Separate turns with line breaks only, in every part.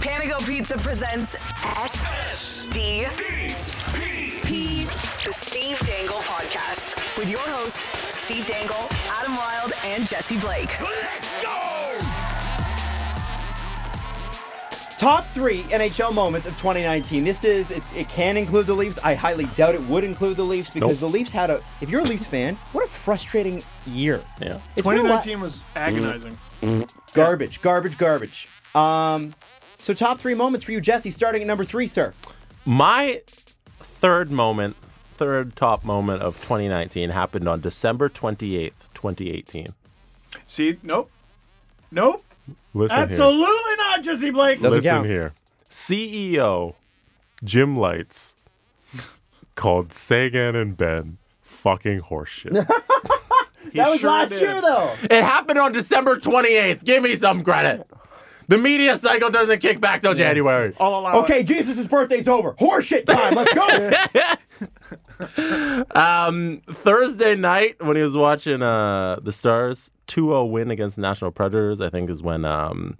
Panago Pizza presents SD P, the Steve Dangle Podcast, with your hosts, Steve Dangle, Adam Wilde, and Jesse Blake.
Let's go!
Top three NHL moments of 2019. This is it, it can include the Leafs. I highly doubt it would include the Leafs because the Leafs had a. If you're a Leafs fan, what a frustrating year.
Yeah.
It's been a lot-
2019 was agonizing.
garbage, garbage, garbage. Um, so top three moments for you, Jesse. Starting at number three, sir.
My third moment, third top moment of 2019 happened on December 28th, 2018.
See, nope, nope,
Listen
absolutely not, Jesse Blake.
here.
Doesn't
Listen
count.
here. CEO Jim Lights called Sagan and Ben fucking horseshit.
He
that was
sure
last
did.
year, though.
it happened on December 28th. Give me some credit. The media cycle doesn't kick back till January.
I'll allow it.
Okay, Jesus' birthday's over. Horseshit time. Let's go.
Thursday night when he was watching uh, the Stars 2-0 win against the National Predators, I think is when um,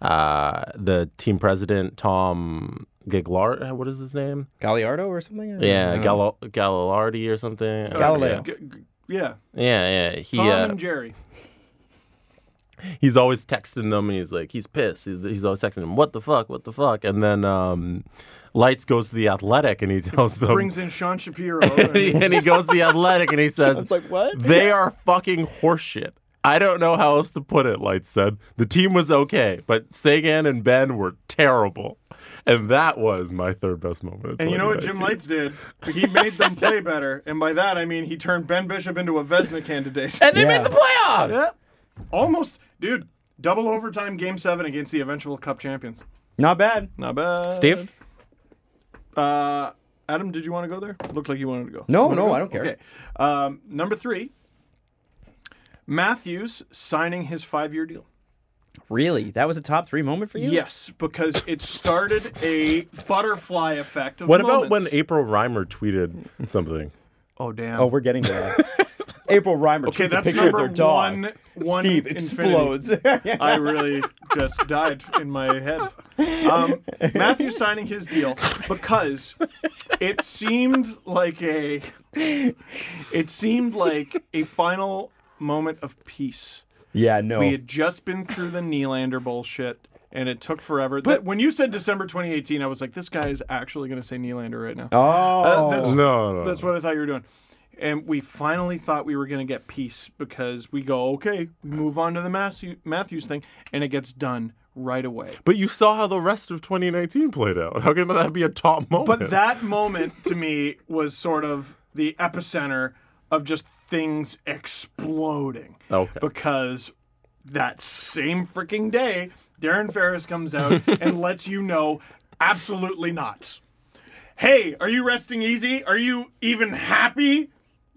uh, the team president Tom Giglard, uh, what is his name?
Galliardo or something.
Yeah, Gal- Gallardi or something.
Galileo.
G- g- yeah,
Yeah, yeah. He
Oh, Tom
uh,
and Jerry.
he's always texting them and he's like he's pissed he's, he's always texting them what the fuck what the fuck and then um lights goes to the athletic and he tells
Um,
them
Brings in Sean Shapiro.
and, he,
and-
and he goes to the athletic and he says
It's like what?
they are fucking horseshit i don't know how else to put it lights said the team was okay but sagan and ben were terrible and that was my third best moment of
And you know what Jim
2019.
Lights did? He made them play better, and by that I mean he turned Ben Bishop into a Vesna candidate.
and they
Yeah.
made the playoffs
Yeah. Almost, dude. Double overtime game seven against the eventual Cup champions.
Not bad.
Not bad.
steve
Uh, Adam, did you want to go there? Looked like you wanted to go.
No,
Wanna
no,
go?
I don't care.
Okay. Um, number three, Matthews signing his five-year deal.
Really, that was a top three moment for you.
Yes, because it started a butterfly effect. Of
what about when
moments.
april reimer tweeted something
Oh damn.
Oh, we're getting to that. April Reimer
Okay,
tweets a
that's
picture of
number
their dog.
one- one
Steve
infinity.
explodes.
I really just died in my head. Um, Matthew signing his deal because it seemed like a it seemed like a final moment of peace.
yeah, no.
We had just been through the Nylander bullshit, and it took forever. But when you said December 2018, I was like, this guy is actually going to say Nylander right now.
oh,
Uh, that's-
no, no, no.
That's what I thought you were doing. And we finally thought we were going to get peace because we go, okay, we move on to the Matthew, Matthews thing, and it gets done right away.
But you saw how the rest of 2019 played out. How can that be a top moment?
But that moment to me was sort of the epicenter of just things exploding.
Okay.
Because that same freaking day, Darren Ferris comes out and lets you know absolutely not. Hey, are you resting easy? Are you even happy?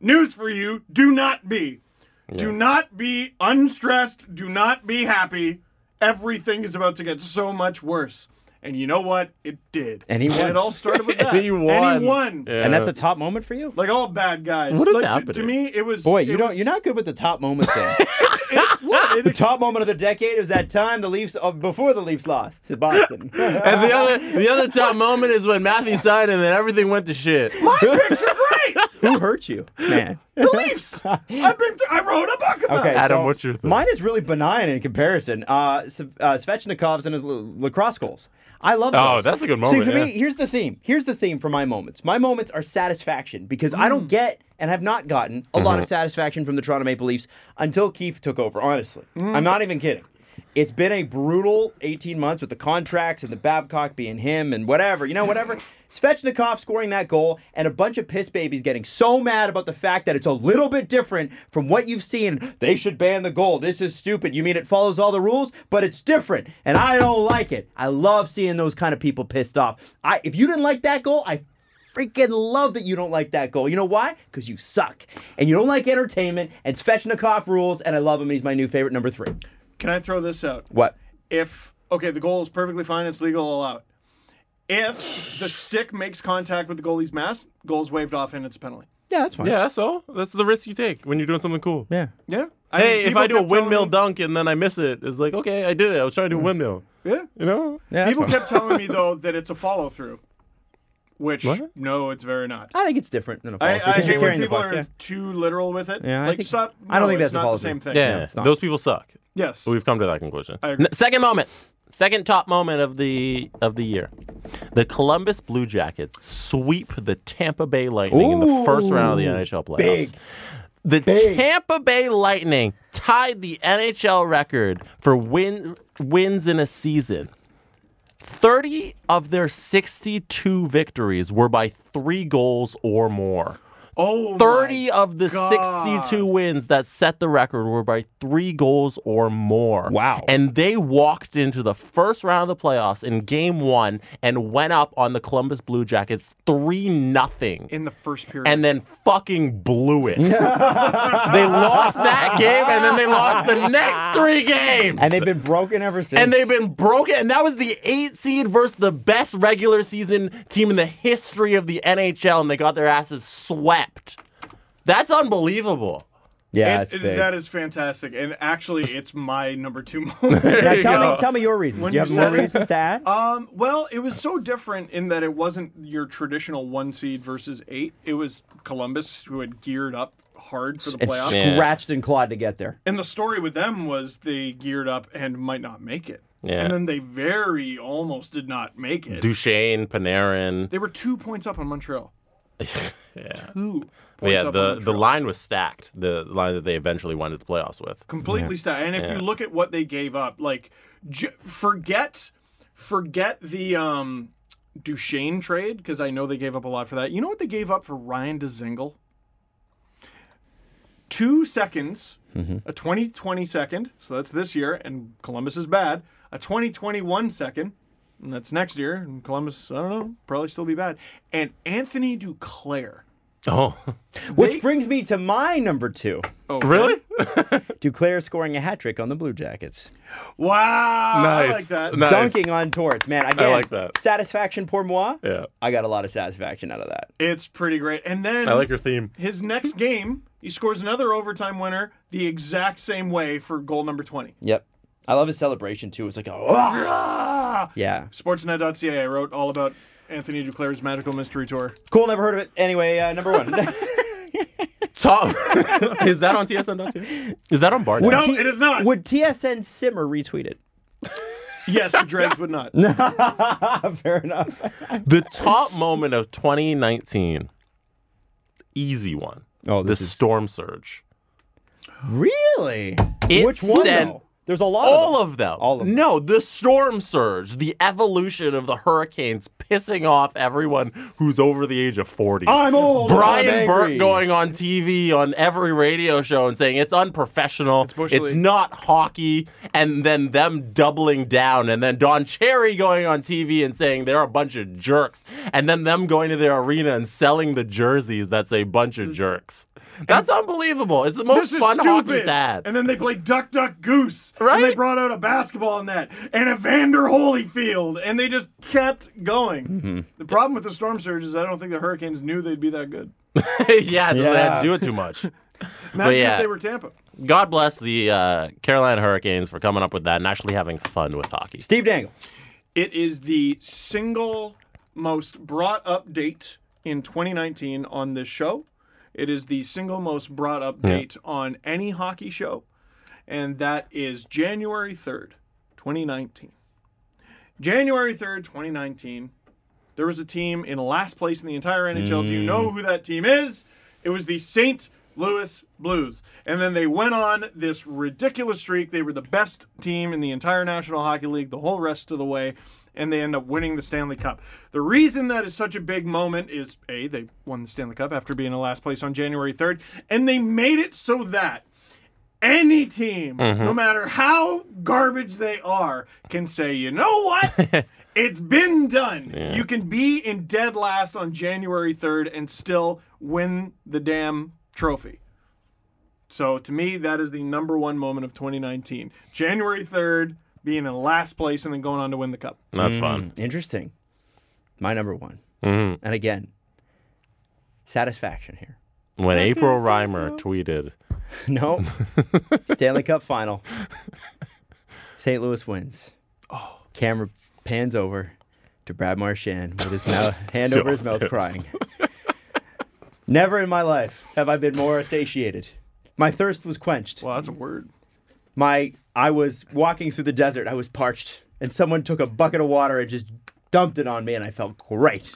News for you do not be. Do not be unstressed. Do not be happy. Everything is about to get so much worse. And you know what? It did.
And he won.
it all started with that.
And he won.
And he won.
Yeah.
and that's a top moment for you.
Like all bad guys.
What is
like, to-
happening?
To, me, it was.
Boy,
it
you don't.
was- Ah,
You're not good with the top moments thing.
It, what? It
the top moment of the decade was that time the Leafs uh, before the Leafs lost to Boston.
and the other the other top moment is when Matthew signed and then everything went to shit.
picks are great.
Who hurt you, man?
The Leafs. I've been. Th- I wrote a book about.
Okay,
it.
Adam,
so
what's your thing?
Mine is really benign in comparison. Uh, S- uh, Svechnikov's and his l- lacrosse goals. I love
Oh,
those.
that's a good moment,
See, for
yeah.
me, here's the theme. Here's the theme for my moments. My moments are satisfaction because I don't get and have not gotten a
Mm-hmm.
lot of satisfaction from the Toronto Maple Leafs until Keith took over. Honestly, I'm not even kidding. It's been a brutal 18 months with the contracts and the Babcock being him and whatever, you know, whatever. Svechnikov scoring that goal and a bunch of piss babies getting so mad about the fact that it's a little bit different from what you've seen. They should ban the goal. This is stupid. You mean it follows all the rules, but it's different, and I don't like it. I love seeing those kind of people pissed off. I if you didn't like that goal, I freaking love that you don't like that goal. You know why? Because you suck. And you don't like entertainment, and Svechnikov rules, and I love him, and he's my new favorite number three.
Can I throw this out?
What?
If okay, the goal is perfectly fine. It's legal. I'll Allow it. If the stick makes contact with the goalie's mask, goal's waved off and it's a penalty.
Yeah, that's fine.
Yeah, so that's the risk you take when you're doing something cool.
Yeah.
Yeah. I
hey,
mean,
if I do a
people kept telling
windmill
me-
dunk and then I miss it, it's like, okay, I did it. I was trying to do a windmill.
Yeah.
You know?
Yeah, that's
People
fine.
kept telling me though that it's a follow through, which
What?
no, it's very not.
I think it's different than a
I,
policy
I
because
hate
you're
when
carrying the
people
puck.
are
Yeah.
too literal with it.
Yeah, I
like
think-
stop.
I don't
no,
think that's
it's
a
not the
policy.
same thing.
Yeah,
it's not.
those people suck.
Yes.
We've come to that conclusion.
I agree.
N- second moment, second top moment of the of the year, the Columbus Blue Jackets sweep the Tampa Bay Lightning in the first round of the NHL playoffs.
big.
The Tampa Bay Lightning tied the NHL record for win wins in a season. 30 of their 62 victories were by 3 goals or more.
oh, my
30 of the
God.
62 wins that set the record were by three goals or more.
Wow.
And they walked into the first round of the playoffs in game one and went up on the Columbus Blue Jackets 3 nothing
in the first period.
and then fucking blew it. they lost that game and then they lost the next three games.
And they've been broken ever since.
And they've been broken. And that was the eight seed versus the best regular season team in the history of the NHL, and they got their asses swept. That's unbelievable.
yeah,
It-
it's
it-
big.
that is fantastic. And actually, it's my number two moment.
Now,
you
tell
go.
me, tell me your reasons.
When
Do you
you
have more
said it-
reasons to add?
Um, well, it was so different in that it wasn't your traditional one seed versus eight. It was Columbus who had geared up hard for the
and
playoffs.
Yeah.
scratched and clawed to get there.
And the story with them was they geared up and might not make it.
Yeah.
And then they very almost did not make it.
Duchesne, Panarin.
They were two points up on Montreal. Two points
Yeah, the,
up on
the
Montreal.
line was stacked, the line that they eventually went to the playoffs with.
completely stacked. And if you look at what they gave up, like j- forget forget the um Duchesne trade because I know they gave up a lot for that. You know what they gave up for Ryan DeZingle? Two seconds,
Mm-hmm.
a 2020 second, so that's this year, and Columbus is bad. A 2021 second, and that's next year, and Columbus, I don't know, probably still be bad. And Anthony Duclair.
Oh,
Which brings me to my number two.
Oh,
really?
Duclair scoring a hat trick on the Blue Jackets.
Wow. I like
Nice.
that.
Nice.
Dunking on torts. Man, again,
like that.
satisfaction pour moi.
Yeah.
I got a lot of satisfaction out of that.
It's pretty great. And then
I like your theme.
His next game, he scores another overtime winner the exact same way for goal number 20.
Yep. I love his celebration too. It's like, oh,
Ah!
yeah.
Sportsnet.ca, I wrote all about Anthony Duclair's Magical Mystery Tour.
Cool, never heard of it. Anyway, uh, number one.
Top. Is that on TSN.2? Is that on Bar? now?
No, it is not.
Would TSN Simmer retweet it?
Yes, the Dregs would not.
Ah, Fair enough.
The top moment of 2019, easy one.
Oh,
the
this is-
storm surge.
Really?
It
Which one?
sent
though? There's a lot.
All
of,
of them.
All of them.
No, the storm surge, the evolution of the hurricanes pissing off everyone who's over the age of 40.
I'm old.
Brian
I'm angry.
Burke going on TV on every radio show and saying it's unprofessional, it's,
bush league.
not hockey, and then them doubling down, and then Don Cherry going on TV and saying they're a bunch of jerks, and then them going to their arena and selling the jerseys that's a bunch of jerks. That's unbelievable. It's the most
This is
fun hockey's
stupid.
had.
And then they played Duck Duck Goose. And they
Right?
brought out a basketball net and Evander Holyfield. And they just kept going. The problem with the storm surge is I don't think the Hurricanes knew they'd be that good.
yeah, just they had
Yeah.
to do it too much.
Imagine
yeah.
if they were Tampa.
God bless the uh, Carolina Hurricanes for coming up with that and actually having fun with hockey.
Steve Dangle.
It is the single most brought up date in 2019 on this show. It is the single most brought up date on any hockey show, and that is January 3rd, 2019. January 3rd, 2019, there was a team in last place in the entire NHL. Do you know who that team is? It was the St. Louis Blues. And then they went on this ridiculous streak. They were the best team in the entire National Hockey League the whole rest of the way, and they end up winning the Stanley Cup. The reason that is such a big moment is A, they won the Stanley Cup after being in last place on January 3rd, and they made it so that any team, no matter how garbage they are, can say, you know what? it's been done. You can be in dead last on January 3rd and still win the damn trophy. So to me, that is the number one moment of 2019. January 3rd, being in last place and then going on to win the cup.
That's fun.
Interesting. My number one. And again, satisfaction here.
When April Reimer tweeted,
No. Stanley Cup final. St. Louis wins. Oh. Camera pans over to Brad Marchand with his mouth, hand over his mouth, crying. Never in my life have I been more satiated. My thirst was quenched.
Well, that's a word.
My I was walking through the desert. I was parched, and someone took a bucket of water and just dumped it on me, and I felt great.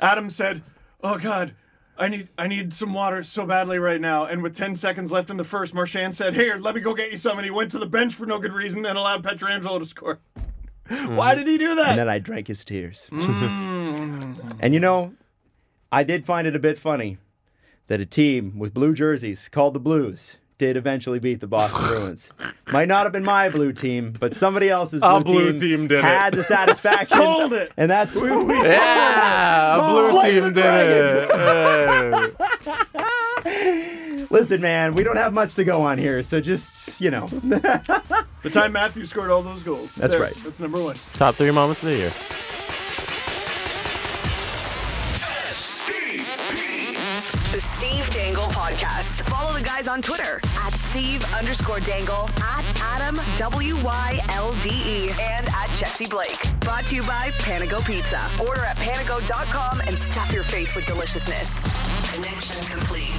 Adam said, "Oh God, I need I need some water so badly right now." And with ten seconds left in the first, Marchand said, "Here, let me go get you some." And he went to the bench for no good reason and allowed Petrangelo to score. Why did he do that?
and then I drank his tears.
Mm.
and you know, I did find it a bit funny that a team with blue jerseys called the Blues did eventually beat the Boston Bruins. Might not have been my blue team, but somebody else's blue,
Our blue team did it.
had the satisfaction.
Called it.
And that's
Yeah, blue
Slay the
team did it. Hey.
listen, man, we don't have much to go on here, so just you know.
the time Matthew scored all those goals.
That's
There,
right.
That's number one.
Top three moments of the year.
The Steve Dangle Podcast. Follow the guys on Twitter at Steve underscore Dangle, at Adam W Y L D E, and at Jesse Blake. Brought to you by Panago Pizza. Order at panago.com and stuff your face with deliciousness. Connection complete.